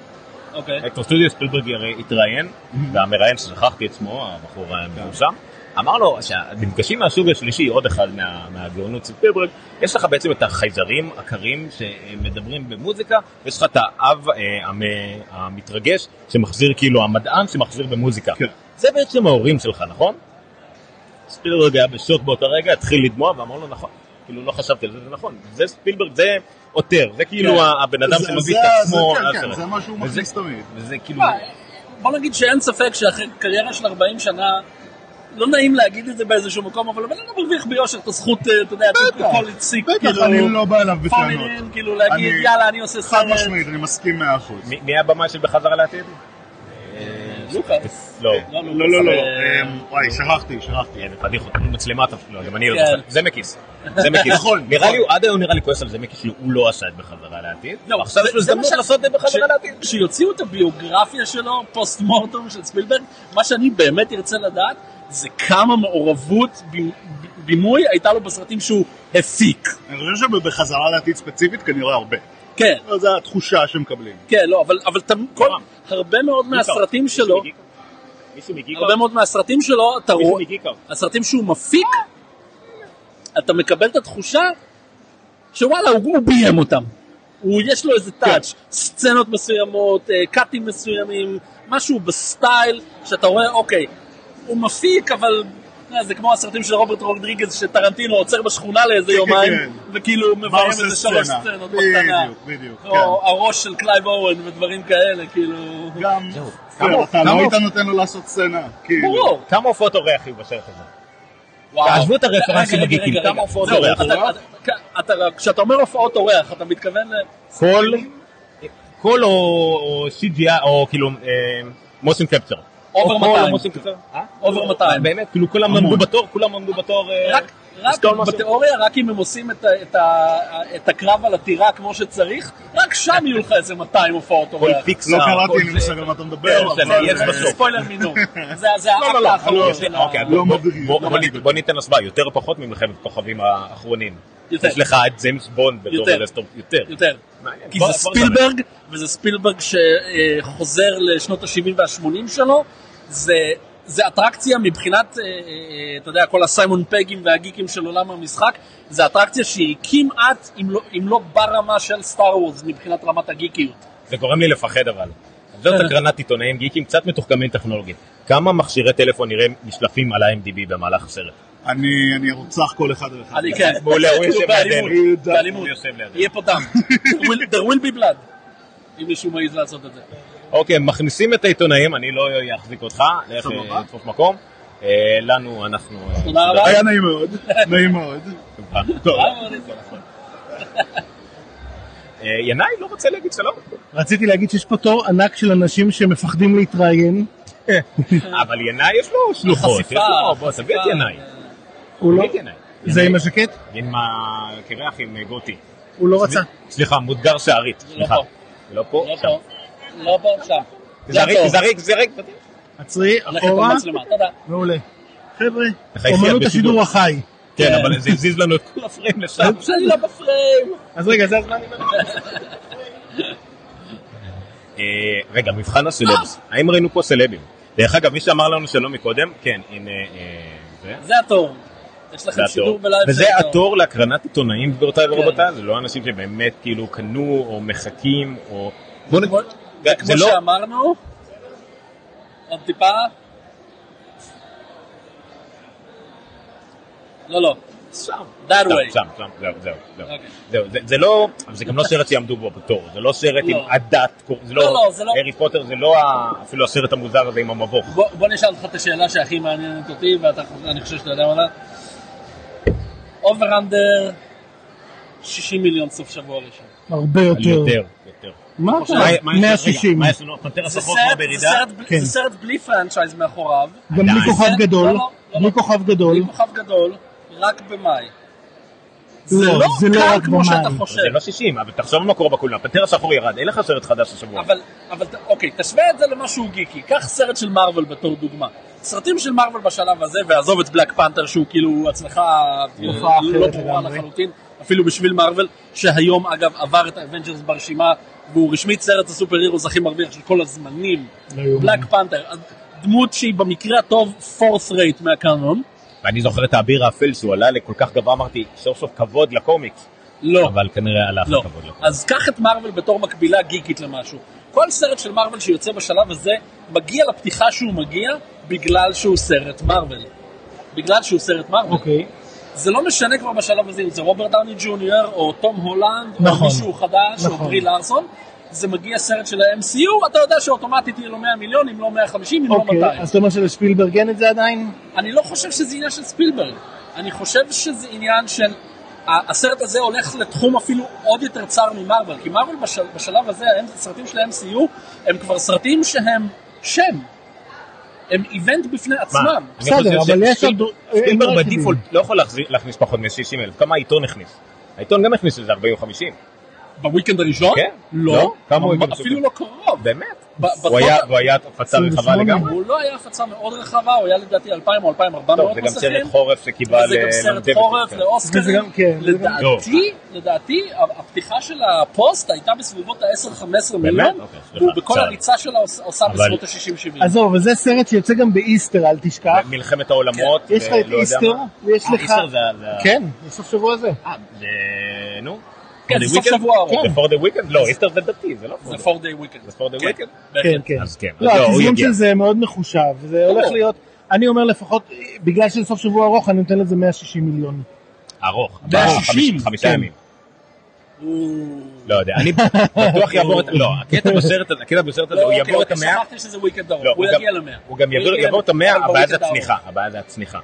אוקיי.
אקטור סטודיו, ספילברג הרי התראיין,
Mm-hmm.
והמראיין ששכחתי את שמו, הבחור המפורסם, אמר לו שהמפגשים מהסוג השלישי, עוד אחד מה- מהגאונות של ספילברג, יש לך בעצם את החייזרים הקרים שמדברים במוזיקה, ויש לך את האב אה, המ- המתרגש שמחזיר, כאילו המדען שמחזיר במוזיקה.
כן.
זה בעצם ההורים שלך, נכון? ספילברג היה בשוק באותו רגע, התחיל לדמוע ואמר לו נכון. כאילו לא חשבתי על זה, זה נכון. זה ספילברג, זה עותר, זה כאילו הבן אדם
כן. זה-
שמביא
זה-
את
זה-
עצמו.
כן,
על
כן,
הסרט.
זה מה שהוא
וזה-
מכניס תמיד.
וזה כאילו...
תשמע, אה, בוא נגיד שאין ספק שאחרי קריירה של 40 שנה, לא נעים להגיד את זה באיזשהו מקום, אבל הבן אדם מרוויח ביושר את הזכות, אה, אתה יודע, אתה
בטח,
יכול להציג,
בטח,
כאילו,
אני לא בא אליו
fall
בטענות.
in, כאילו להגיד,
אני-
יאללה, אני עושה
חד
סרט.
משמעית, אני מסכים מאה אחוז.
מי- מי הבמאי של בחזרה לעתיד?
לוקאס.
לא.
לא, לא,
לא, לא, לא,
אה,
אמ, וואי, שכחתי, שכחתי.
אה, זה פדיחות, אין מצלמה אתה לא, גם אני לא
כן. נכון,
זוכר. זה מקיס. זה מקיס. נראה לי, הוא- עד היום נראה לי כועס על זה מקיס, שהוא לא עשה את בחזרה לעתיד.
לא,
עכשיו
זה-
יש לו
זה מה
הזדמנות
ש-
לעשות את זה בחזרה
כש-
לעתיד.
כשיוציאו את הביוגרפיה שלו, פוסט מורטום של ספילברג, מה שאני באמת ארצה לדעת זה כמה מעורבות ב- ב- בימוי הייתה לו בסרטים שהוא הפיק.
אני חושב שבחזרה לעתיד ספציפית כנראה הרבה.
כן,
אבל זו התחושה שמקבלים.
כן, לא, אבל, אבל ת, כל,
נורא.
הרבה מאוד מהסרטים
מישהו
שלו,
מגיקו? מישהו מגיקו?
הרבה מאוד מהסרטים שלו, אתה
מישהו
רואה,
מגיקו?
הסרטים שהוא מפיק, אתה מקבל את התחושה שוואלה, הוא, הוא ביים אותם. הוא, יש לו איזה
כן.
טאץ', סצנות מסוימות, אה, קאטים מסוימים, משהו בסטייל, שאתה רואה, אוקיי, הוא מפיק, אבל אה, זה כמו הסרטים של רוברט רודריגז, שטרנטינו עוצר בשכונה לאיזה
כן,
יומיים,
כן.
וכאילו
מה
מביים
עושה
איזה שלוש
סצנה?
סצנות לא, בקטנה.
בדיוק, בדיוק,
או
כן.
הראש של קלייב אוהן ודברים כאלה, כאילו...
גם,
זהו.
כן,
כמה-
אתה
כמה-
לא היית נותן לו לעשות סצנה. כאילו.
ברור.
כמה הופעות אורח היו בסרט הזה?
וואו.
תעזבו את הרפרנסים
רגע, רגע,
הגיקים,
רגע,
כמה הופעות
זהו,
אורח?
אתה- אתה- אתה- כשאתה אומר הופעות אורח, אתה מתכוון ל...
כל... כל או או CGI, או כאילו מוסים קפצ'ר.
אובר 200. אובר 200.
באמת, כאילו כולם עמדו בתור, כולם עמדו בתור... אה,
רק- רק
לסתור משהו.
בתיאוריה, רק אם הם עושים את ה- את ה- את הקרב על הטירה כמו שצריך, רק שם יהיו לך איזה 200 הופעות
כל
אורח.
פיקסר.
לא
כל
קראתי, אני
זה.
מושג על מה אתה
כן,
מדבר,
בסדר, יש
אבל...
זה
בסוף.
ספוילר מינו. זה זה
לא, לא,
האקט
לא,
האחרון
לא,
של ה...
אוקיי, בוא-
לא מדאיג,
בוא-
לא
בוא
מדאיג.
נ- בוא ניתן הסבר, יותר או פחות ממלחמת הכוכבים האחרונים.
יותר.
יש לך את ג'יימס בונד בתור
יותר.
לסטור, יותר.
יותר.
מעניין.
כי
בוא-
זה
בוא נדבר.
ספילברג, וזה ספילברג שחוזר לשנות ה-70 וה-80 שלו. זה, זה אטרקציה מבחינת, אה, אה, אתה יודע, כל הסיימון פגים והגיקים של עולם המשחק, זה אטרקציה שהיא כמעט, אם לא, אם לא ברמה של סטאר וורז מבחינת רמת הגיקיות.
זה גורם לי לפחד אבל. זאת הקרנת עיתונאים גיקים קצת מתוחכמים טכנולוגית. כמה מכשירי טלפון נראים נשלפים על ה-MDB במהלך הסרט?
אני אני רוצח כל אחד על אחד.
אני כן.
מעולה, הוא יושב
באלימות,
לידינו.
באלימות.
הוא יושב לידינו.
יהיה פה דם. There will- There will be blood. אם מישהו מעז לעשות את זה.
אוקיי, מכניסים את העיתונאים, אני לא אחזיק אותך, לך
סבבה.
אה, תפוס מקום. אה, לנו, אנחנו... אה,
תודה רבה.
היה נעים מאוד, נעים מאוד.
תודה. טוב, אה, ינאי לא רוצה להגיד שלום.
רציתי להגיד שיש פה תור ענק של אנשים שמפחדים להתראיין.
אבל ינאי יש לו שלוחות. יש לו, בוא, תביא את ינאי.
הוא לא...
תביא את ינאי.
זה
ינאי
עם הז'קט?
עם הקרח עם גוטי.
הוא לא רצה.
סליחה, מודגר שערית. סליחה.
פה.
לא פה.
לא
שם.
פה. לא פה, שם. זה
זריק,
הטוב.
זריק, זריק.
עצרי,
לכן
אחורה.
במצלמה. תודה.
מעולה. חבר'ה,
תחייכי,
אומנות
בשידור.
השידור החי.
כן, אבל זה הזיז לנו את כל הפריים לשם.
שאני לא בפריים.
אז רגע, זה הזמן עם
אה, רגע, מבחן הסלבס. האם ראינו פה סלבים? דרך אגב, מי שאמר לנו שלא מקודם, כן, הנה... אה, זה.
זה התור. יש
זה
לכם שידור
התור.
בלייב. כן.
וזה
של
התור להקרנת עיתונאים גבירותיי ורבותיי, זה לא אנשים שבאמת כאילו קנו או מחכים או... בוא נ-
כמו-
זה
כמו
זה לא...
שאמרנו, עוד טיפה. לא, לא. that
שם,
way.
שם, שם, זהו, זהו, זהו.
אוקיי.
זהו, זה- זה לא, זה גם לא סרט שיעמדו בו בתור, זה לא סרט
לא.
עם הדת, זה
לא,
לא,
לא, זה לא.
הארי פוטר זה לא ה- אפילו הסרט המוזר הזה עם המבוך.
בוא בוא נשאל אותך את השאלה שהכי מעניינת אותי, ואני חושב שאתה יודע מה זה. אובר אנדר 60 מיליון סוף שבוע ראשון.
הרבה יותר.
יותר, יותר.
מה אתה?
מה- מה יש-
160.
רגע, מה יש לנו? הפנתר
זה
השחור
סרט-
כבר
זה
בירידה?
סרט ב-
כן.
זה סרט בלי פרנצ'ייז מאחוריו.
גם בלי
עדיין.
כוכב
זה-
גדול.
לא, לא, לא,
בלי
לא.
כוכב גדול.
בלי כוכב גדול, רק במאי. זה
לא,
לא
זה לא
קל
רק
כמו שאתה
במים.
חושב.
זה לא 60, אבל תחשוב מה קורה בקולנוע, פנתר השחור ירד, אין לך סרט חדש השבוע.
אבל, אבל ת- אוקיי, תשווה את זה למשהו גיקי. קח סרט של מארוול בתור דוגמה. סרטים של מארוול בשלב הזה, ועזוב את בלק פנתר שהוא כאילו הצלחה
תופעה
לא
אה, אחרת
ברורה
לגמרי.
לחלוטין, אפילו בשביל מארוול, שהיום אגב עבר את האבנג'רס ברשימה, והוא רשמית סרט הסופר הירוס הכי מרוויח של כל הזמנים.
לא יאומן.
בלק פנתר, דמות שהיא במקרה הטוב פורס רייט מהקאנון.
ואני זוכר את האביר האפל שהוא עלה לכל כך גבוה, אמרתי, סוף סוף כבוד לקומיקס.
לא.
אבל כנראה הלך
לא.
הכבוד לקומיקס.
אז קח את מארוול בתור מקבילה גיקית למשהו. כל סרט של מארוול שיוצא בשלב הזה, מגיע לפתיחה שהוא מגיע בגלל שהוא סרט מארוול. בגלל שהוא סרט מארוול.
אוקיי.
זה לא משנה כבר בשלב הזה אם זה רוברט דאוני ג'וניור, או תום הולנד, או
נכון.
מישהו חדש,
נכון.
או ברי לארסון. זה מגיע סרט של ה-MCU, אתה יודע שאוטומטית יהיה לו 100 מיליון, אם לא 150, אם לא 200.
אוקיי, אז אתה אומר שלשפילברג אין את זה עדיין?
אני לא חושב שזה עניין של ספילברג, אני חושב שזה עניין של... ה- הסרט הזה הולך לתחום אפילו עוד יותר צר ממרוויל, כי מרוויל בשל, בשלב הזה, הם, הסרטים של ה-MCU הם כבר סרטים שהם שם, הם איבנט בפני עצמם.
אני חושב
בסדר, אבל יש
שספיל-
עוד-
ספילברג
הם לא
בדיפולט לא יכול להחזיר- להכניס פחות מ-60 אלף, כמה העיתון הכניס? העיתון גם הכניס לזה 40-50,
בוויקנד הראשון?
כן.
לא,
לא? כמה הוא
ממש-
הגיע
אפילו לא קרוב.
באמת.
ב-
הוא היה-
בטוטל-
הוא היה הפצה רחבה
28.
לגמרי.
הוא לא היה הפצה מאוד רחבה, הוא היה לדעתי 2,000 או 2,400
טוב, זה גם
מסכים.
סרט חורף שקיבל...
לא, וזה גם
אה,
סרט
לונג'ביטי,
חורף
כן.
וזה
לאוסקרים.
גם- כן, זה גם-
לדעתי,
לא.
לדעתי, הפתיחה של הפוסט הייתה בסביבות ה-10-15 מיליון,
אוקיי, סליחה,
והוא בכל
צער.
הריצה שלה עוש- עושה
אבל-
בסביבות
לא.
ה-60-70.
עזוב, אבל זה סרט שיוצא גם באיסטר, אל תשכח.
מלחמת העולמות.
כן.
יש לך את
ולא יודע
איסטר,
מה.
ויש
אה,
לך...
איסטר זה ה- זה ה-
כן, בסוף שבוע הזה.
אה, זה- נו.
כן,
For the
זה סוף
weekend?
שבוע ארוך.
זה for the weekend? לא, איסטר זה דתי, זה לא for
זה
the-
4 day weekend.
זה for the
כן,
weekend?
בהחלט.
כן, כן.
אז כן, אז
לא,
לא, הוא
התזמון
יגיע.
של זה מאוד מחושב, זה הולך להיות... אני אומר לפחות, בגלל שזה סוף שבוע ארוך, אני נותן לזה 160 מיליון.
ארוך. אה,
160,
חמיש- חמישה
כן.
ימים.
הוא-
לא יודע, אני בטוח יעבור את... לא, הקטע בסרט הזה, הקטע בסרט הזה, לא, הוא
אוקיי,
יעבור את
אוקיי,
המאה,
שכחתי שזה weekend
לא,
ארוך, הוא
הוא גם-
יגיע למאה.
הוא גם יעבור-
יגיע
יעבור את המאה,
ל-
הבעיה זה
ב-weekend
הצניחה, הבעיה זה הצניחה.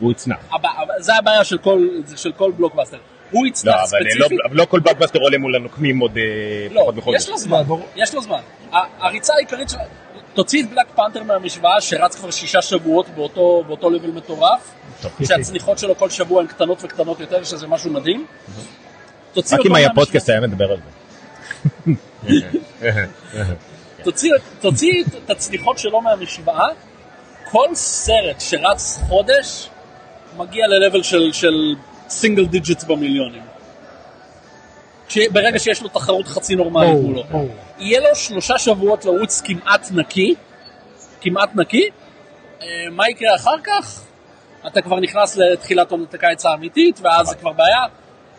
והוא יצנח.
הבע- אבל זה הבעיה של כל- זה של כל בלוקבאסטר. הוא
לא,
יצנח
אבל לא-
ספציפית.
אבל לא כל בגבסטר עולה מול הנוקמים עוד אה,
לא,
פחות מחודש.
יש לו זמן, יש לו זמן. ה- הריצה העיקרית של... תוציא את בלק פנתר מהמשוואה שרץ כבר שישה שבועות באותו, באותו לבל מטורף,
טוב,
שהצניחות שלו כל שבוע הן קטנות וקטנות יותר, שזה משהו מדהים. תוציא
רק
אותו
אם היה
מהמשוואה-
פודקאסט היה מדבר על זה.
תוציא, תוציא את- את הצניחות שלו מהמשוואה, כל סרט שרץ חודש מגיע ל-level של, של single digits במיליונים. כש- ברגע שיש לו תחרות חצי נורמלית
ברור,
מולו.
ברור.
יהיה לו שלושה שבועות לרוץ כמעט נקי, כמעט נקי. אה, מה יקרה אחר כך? אתה כבר נכנס לתחילת עונת הקיץ האמיתית, ואז זה כבר בעיה.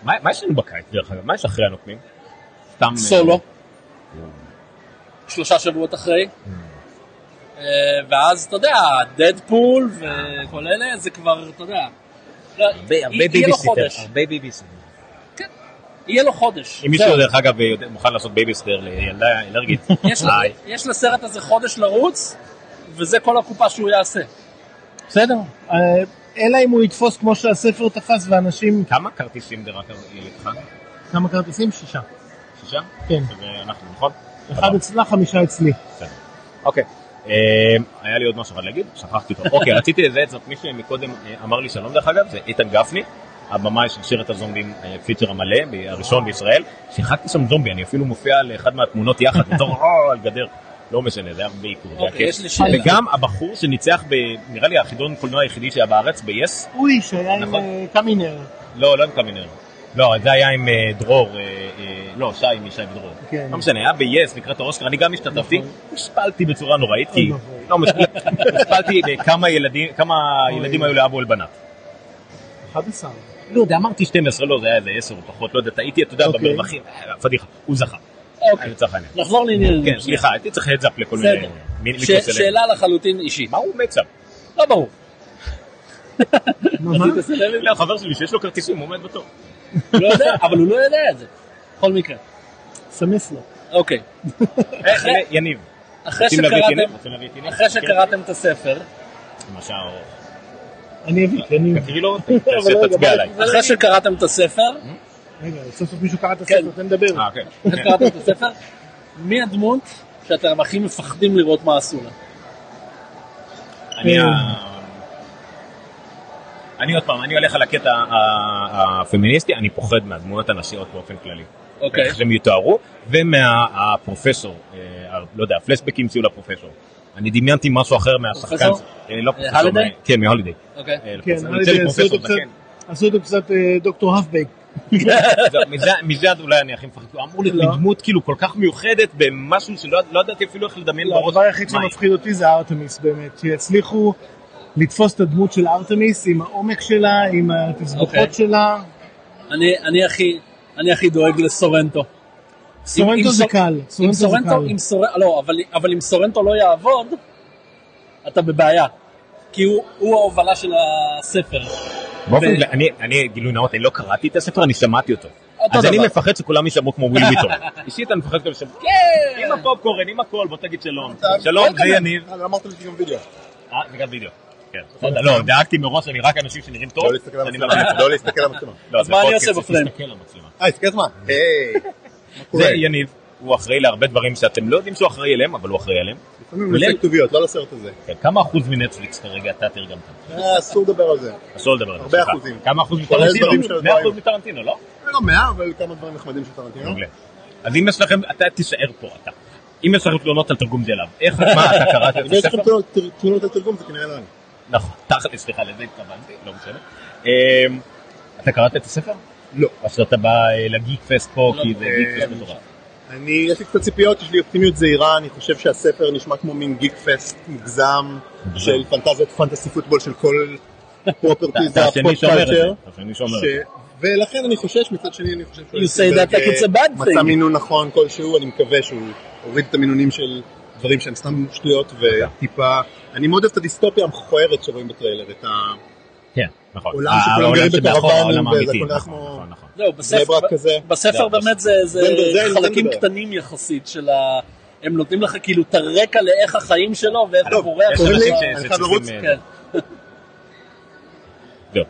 מה מה יש לנו בקיץ דרך אגב? מה יש אחרי הנוקמים? סתם... אה,
סולו. שלושה שבועות אחרי. אה, ואז, אתה יודע, דדפול וכל אלה, זה כבר, אתה יודע. לא,
הרבה- הרבה
יהיה לו חודש. כן,
בייביסיטר. הרבה בייביסיטר.
יהיה לו חודש.
אם מישהו דרך אגב אה, יודע- מוכן לעשות בייביסיטר לילדה אלרגית. אה,
יש ל-
היי.
יש לסרט הזה חודש לרוץ, וזה כל הקופה שהוא יעשה.
בסדר. אה, אלא אם הוא יתפוס כמו שהספר תפס, ואנשים...
כמה כרטיסים דרך אגב אה, לך?
כמה כרטיסים? שישה.
שישה?
כן.
ואנחנו, נכון?
אחד אצלה, חמישה אצלי.
אוקיי. אה, היה לי עוד משהו אחד להגיד, שכחתי אותו. אוקיי, רציתי לזהות זאת, מי שמקודם אה, אמר לי שלום דרך אגב, זה איתן גפני, הבמאי של שירת הזומבים, אה, פיצ'ר המלא, ב- הראשון בישראל. שיחקתי שם זומבי, אני אפילו מופיע על אחד מהתמונות יחד, בתור "אה, על גדר. לא משנה, זה היה בעיקר. זה היה
אוקיי,
כיף.
יש לי שאלה.
וגם הבחור שניצח, ב- נראה לי החידון קולנוע היחידי שהיה בארץ, ב-yes,
הוא איש שהיה עם
נכון.
אה, קמינר.
לא, לא עם קמינר. לא, זה היה עם אה, דרור, אה, אה, לא, שי, עם שי ודרור.
כן.
לא משנה, היה ב-yes לקראת האוסקר, אני גם השתתפתי,
נכון.
הושפלתי בצורה נוראית, כי...
אוי
נכון.
ואבוי.
לא, משפיל- הושפלתי בכמה ילדים, כמה ילדים היו לאבו אלבנת.
11.
לא יודע, אמרתי 12, לא, זה היה איזה 10 או פחות, לא יודע, טעיתי, אתה יודע,
אוקיי.
במרווחים, אה, פדיחה, הוא זכה.
אוקיי.
לצורך העניין.
נחזור לעניינים.
כן, סליחה, הייתי צריך לדזאפ לכל מיני...
בסדר.
מין-
ש-
מיקרוסלב.
שאלה לחלוטין אישית.
מה הוא מצאפ?
לא ברור.
נו, מה?
רצית סלב?
חבר שלי שיש לו כרטיסים, הוא עומד בתור.
לא יודע, אבל הוא לא יודע את זה. בכל מקרה.
סמס לו.
אוקיי.
איך, הנה, אה, יניב,
אחרי
רוצים להביא את
שקראתם-
יניב? רוצים להביא את יניב? כן.
אחרי שקראתם את הספר,
למשל,
אני אביא, כי אני...
תקריא לו, תצביע עליי.
אחרי שקראתם את הספר,
רגע, סוף סוף מישהו קרא את
כן.
הספר, תן לדבר.
אה, כן.
אוקיי.
אחרי שקראתם את הספר, מי הדמות שאתם הכי מפחדים לראות מה עשו לה?
אני ה... אה, אני עוד פעם, אני הולך על הקטע ה- ה- הפמיניסטי, אני פוחד מהדמויות הנשיות באופן כללי.
אוקיי.
איך שהם יתוארו, ומהפרופסור, לא יודע, הפלשבקים שיהיו לפרופסור. אני דמיינתי משהו אחר מהשחקן.
פרופסור?
אה, לא פרופסור.
הולידיי?
מה- כן, מהולידיי.
אוקיי.
אה,
כן,
לפרופסור. כן.
אבל
יוצא לי
עשו
פרופסור
אותו קצת-
זקן.
עשו אותו קצת אה, דוקטור האפבייק.
זהו, מזה- מזה עד אולי אני הכי מפחד, הוא אמור להיות
לא.
דמות כאילו כל כך מיוחדת במשהו שלא לא ידעתי אפילו איך לדמיין
לא,
בראש.
הדבר היחיד
מה היא.
שמפחיד אותי זה ארתמיס באמת, שיצליחו לתפוס את הדמות של ארתמיס עם העומק שלה, עם
אוקיי.
התסבוכות שלה.
אני- אני הכי- אני הכי דואג לסורנטו.
סורנטו
אם
זה
סור-
קל,
אם
סורנטו זה
סורנטו,
קל.
אם סור- לא, אבל- אבל אם סורנטו לא יעבוד, אתה בבעיה. כי הוא הוא ההובלה של הספר.
באופן
ו-
כללי, אני- אני, גילוי נאות, אני לא קראתי את הספר, אני שמעתי אותו.
אותו
אז אני
דבר.
מפחד שכולם יישמעו כמו וויל ביטון. אישית אני מפחד שכולם יישמעו.
כן!
עם הפופקורן, עם הכל, בוא תגיד שלום. שלום, זה יניב.
אה, לא אמרת לי גם וידאו.
אה, זה גם וידאו. כן. לא, דאגתי מראש, אני רק אנשים שנראים טוב.
לא להסתכל על
אני
המצלמה.
מראה-
לא להסתכל על המצלמה.
לא,
אז
זה
מה אני
פודקאסט,
עושה
צריך
בפריים?
להסתכל על המצלמה.
אה, הסתכלת מה? היי. מה קורה?
זה יניב, הוא אחראי להרבה דברים שאתם לא יודעים שהוא אחראי אליהם, אבל הוא אחראי אליהם.
לפעמים הוא עושה כתוביות, לא לסרט הזה.
כן, כמה אחוז מנטפליקס כרגע אתה תרגמת?
אה, אסור לדבר על זה.
אסור לדבר על זה.
הרבה
סליחה.
אחוזים.
כמה אחוז
כולל
מטרנטינו?
דברים של
100
הדברים.
אחוז מטרנטינו, לא?
לא מאה, אבל כמה דברים נחמדים של טרנטינו.
אוקיי.
מעולה. אז אם יש לכם, אתה תישאר פה, אתה. אם יש לכם תלונות על תרגום דלאב, איך, מה, אתה קראת
אם
את
יש
הספר?
לכם תלונות- תלונות על תרגום, זה כנראה לא אני.
נכון, תכל'ס, סליחה, לזה התכוונתי, לא משנה. אמ, אתה קראת את הספר?
לא.
או שאתה בא אה, לגיק פסט פה, כי זה גיק פסט
אה,
מטורף.
אני, יש לי קצת ציפיות, יש לי אופטימיות זהירה, אני חושב שהספר נשמע כמו מין גיק פסט מוגזם
אוקיי.
של פנטזיות פנטסי פוטבול של כל פרופרטיז
אתה השני שאומר את זה. אתה השני שאומר את זה.
ש... ולכן אני חושש, מצד שני אני חושב שהוא
You say that like it's a bad
מצא
thing.
מינון נכון כלשהו, אני מקווה שהוא הוריד את המינונים של דברים שהם סתם שטויות
אוקיי.
וטיפה... אני מאוד אוהב את הדיסטופיה המכוערת שרואים בטריילר, את ה...
כן, נכון.
עולם
אה,
שכולם
העולם
גרים
שמאחור,
בקרוונים
העולם
וזה
האמיתי,
כל כך
נכון,
כמו-
נכון, נכון.
זהו, בספר,
בני ברק כזה.
בספר
זה
באמת זה, זה
זה- זה- זה-
חלקים
זה-
קטנים יחסית של ה... הם נותנים לך כאילו את הרקע לאיך החיים שלו ואיך הוא
טוב,
בורח.
לא, יש
לא, קוראים לי-
אנשים
לך.
ש-
אני חייב לרוץ.
שצריכים... אה,
כן,
טוב,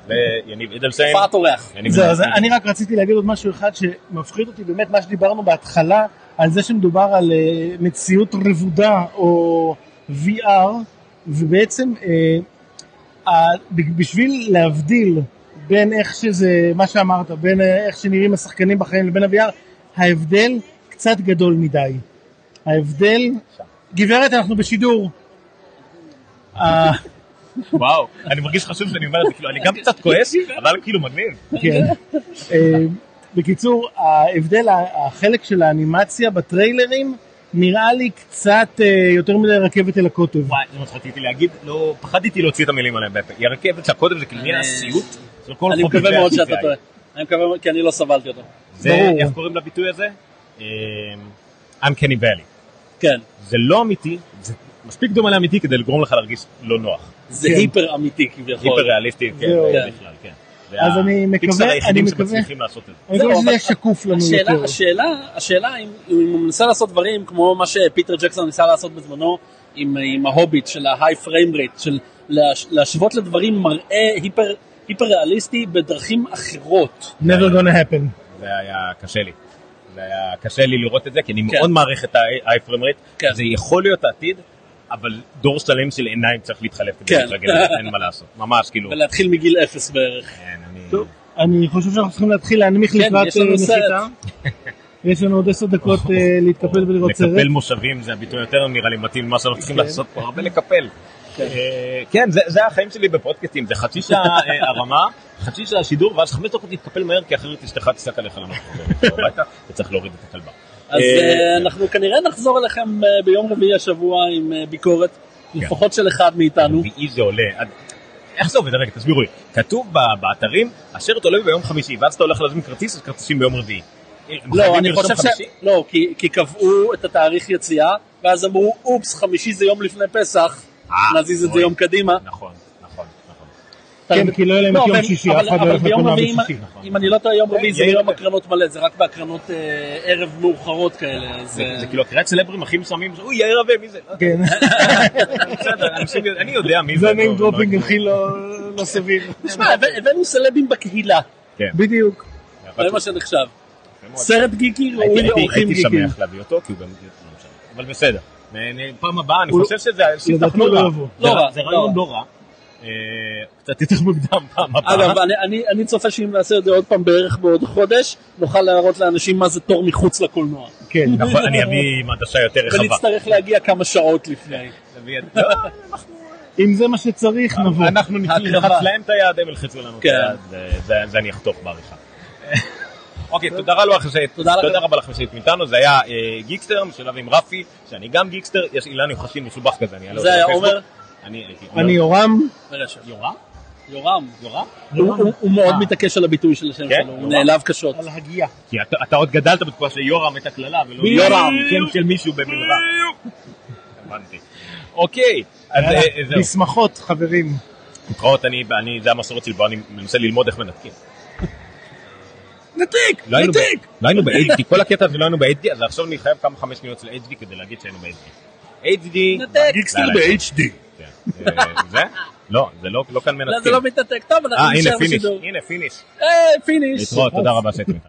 ויניב אידלסיין.
הופעת אורח.
יניב
זהו, אז
אידלסיין.
אני רק רציתי להגיד עוד משהו אחד שמפחיד אותי באמת מה שדיברנו בהתחלה על זה שמדובר על אה, מציאות רבודה או VR ובעצם אה, ה- ב- בשביל להבדיל בין איך שזה מה שאמרת בין אה, איך שנראים השחקנים בחיים לבין ה-VR ההבדל קצת גדול מדי ההבדל גברת אנחנו בשידור אה,
וואו, אני מרגיש חשוב שאני אומר את זה, כאילו, אני גם קצת כועס, אבל כאילו מגניב.
כן. אה, בקיצור, ההבדל, החלק של האנימציה בטריילרים נראה לי קצת אה, יותר מדי רכבת אל הקוטב.
וואי, זה מה שרציתי להגיד, לא, פחדתי להוציא את המילים עליהם בפה. היא הרכבת שהקודם זה כאילו נהיה
אה,
הסיוט של כל
אני
חובבי
מקווה מאוד שאתה
ה-CGI.
טועה. אני מקווה מאוד, כי אני לא סבלתי אותו.
זה,
ברור.
איך קוראים לביטוי הזה? אמ, Uncanny Valley.
כן,
זה לא אמיתי, זה מספיק דומה לאמיתי כדי לגרום לך להרגיש לא נוח.
זה
כן.
היפר אמיתי כביכול.
היפר ריאליסטי, כן,
זהו.
זה
כן.
בכלל, כן.
אז
זה
אני מקווה-
הפיקסאר
אני
היחידים
מקווה-
שמצליחים לעשות את זה.
אני
זהו,
חושב שזה
לא, אבל-
יהיה שקוף לנו
נכון. השאלה,
יותר.
השאלה, השאלה אם אם הוא מנסה לעשות דברים כמו מה שפיטר ג'קסון ניסה לעשות בזמנו עם, עם ההוביט של ההיי פריים רייט, של להש, להשוות לדברים מראה היפר, היפר ריאליסטי בדרכים אחרות.
never gonna happen.
זה היה קשה לי. זה היה קשה לי לראות את זה, כי אני
כן.
מאוד מעריך את ה-iframe rate.
כן.
זה יכול להיות העתיד, אבל דור שלם של עיניים צריך להתחלף כדי
כן.
להתרגל לזה, אין מה לעשות. ממש, כאילו,
ולהתחיל מגיל אפס בערך.
כן, אני...
טוב, אני חושב שאנחנו צריכים להתחיל להנמיך
כן,
לקראת
יש לנו
אה, נחיתה. יש לנו עוד עשר דקות אה, להתקפל ולראות סרט. כן.
לקפל מושבים זה הביטוי יותר נראה לי מתאים למה שאנחנו צריכים לעשות פה, הרבה לקפל. אה, כן, זה- זה החיים שלי בפודקאסטים, זה חצי שעה אה, הרמה, חצי שעה שידור, ואז חמש דקות להתקפל מהר, כי אחרת אשתך תסתכל עליך למה הביתה, וצריך להוריד את הכלבה.
אז
אה,
אה, אנחנו כנראה נחזור אליכם אה, ביום רביעי השבוע עם אה, ביקורת,
כן.
לפחות של אחד מאיתנו.
רביעי זה עולה. עד- איך זה עובד? רגע, תסבירו לי. כתוב ב- באתרים, השרט עולה ביום חמישי, ואז אתה הולך להזמין כרטיס, אז כרטיסים ביום רביעי. הם
לא,
חייבים
אני
לרשום
חושב ש...
חמישי?
לא, כי, כי קבעו את התאריך יציאה, ואז אמרו, אופס, חמישי זה יום לפני פסח,
אה,
נזיז את זה
אוי.
יום קדימה.
נכון, נכון, נכון.
כן, כי לא יהיה להם את יום
והם-
שישי,
אבל-
אף אחד לא
אבל
הולך
ביום
לקולנוע
רביעי, אם-
בשישי.
נכון.
אם אני לא טועה, יום רביעי זה
יאיר,
ביום
כן.
הקרנות מלא, זה רק בהקרנות אה, ערב מאוחרות כאלה. אה,
זה
זה-
זה כאילו הקריאת סלברים הכי מסוימים, אוי, יאיר רווה, מי זה? לא,
כן,
בסדר, אנשים יודעים- אני יודע מי זה.
זה
לא-
name
לא-
dropping הכי לא לא סביר.
תשמע, הבא- הבאנו סלבים בקהילה,
כן,
בדיוק.
זה מה שנחשב.
יפה מאוד.
סרט גיקי ראוי
הייתי-
לאורחים
הייתי הייתי
גיקים.
שמח להביא אותו, כי הוא גם... לא משנה. אבל בסדר. נ- נ- פעם הבאה, אני
הוא-
חושב שזה... שיטח
לדעתי הוא לא
רע.
יבוא.
זה
לא
רע-
רע,
זה
לא
רעיון
רע.
לא רע. אה, קצת יותר מוקדם פעם הבאה.
אגב, אני, אני, אני צופה שאם נעשה את זה עוד פעם בערך בעוד חודש, נוכל להראות לאנשים מה זה תור מחוץ לקולנוע.
כן, נכון, אני אביא מעדשה יותר רחבה.
ונצטרך להגיע כמה שעות לפני.
נביא את- לא,
אם זה מה שצריך, נבוא.
אנחנו
הקרבה.
נלחץ להם את היד, הם ילחצו לנו את
כן.
היד, זה- זה- זה אני אחתוך בעריכה. אוקיי, תודה רבה לך שהיית-
תודה לכם.
תודה רבה לכם שהיית מאיתנו, זה היה אה, גיקסטר משלב עם רפי, שאני גם גיקסטר, יש אילן יוחסין משובח כזה, אני אעלה
זה
אותו
היה
לפייסבוק.
עומר.
אני הייתי לא,
אני יורם,
ברשת.
יורם?
יורם.
יורם? אה.
הוא- הוא- הוא מאוד מתעקש על הביטוי של השם
כן?
שלו, הוא
יורם.
נעלב קשות.
על הגייה.
כי אתה- אתה עוד גדלת בתקופה של יורם את הקללה, ולא
בדיוק.
יורם, שם של מישהו במלרע. הבנתי. אוקיי, אז אה, זהו.
בשמחות, חברים.
נתראות, אני, אני, זה המסורת שלי, בו אני מנסה ללמוד איך מנתקים. נתק, לא נתק. לא היינו ב-HD, כל הקטע הזה לא היינו ב-HD, אז עכשיו אני חייב כמה חמש שניות של HD כדי להגיד שהיינו ב-HD. HD,
נתק.
גיקסטר
לא, לא,
ב-HD.
כן. אה, זה? לא, זה לא, לא כאן
לא, זה
מנתקים.
לא מתנתק, טוב,
אה,
אנחנו
הנה
נשאר
פיניש,
בשידור.
הנה פיניש.
אה, פיניש.
להתראות, תודה רבה שהייתם איתנו.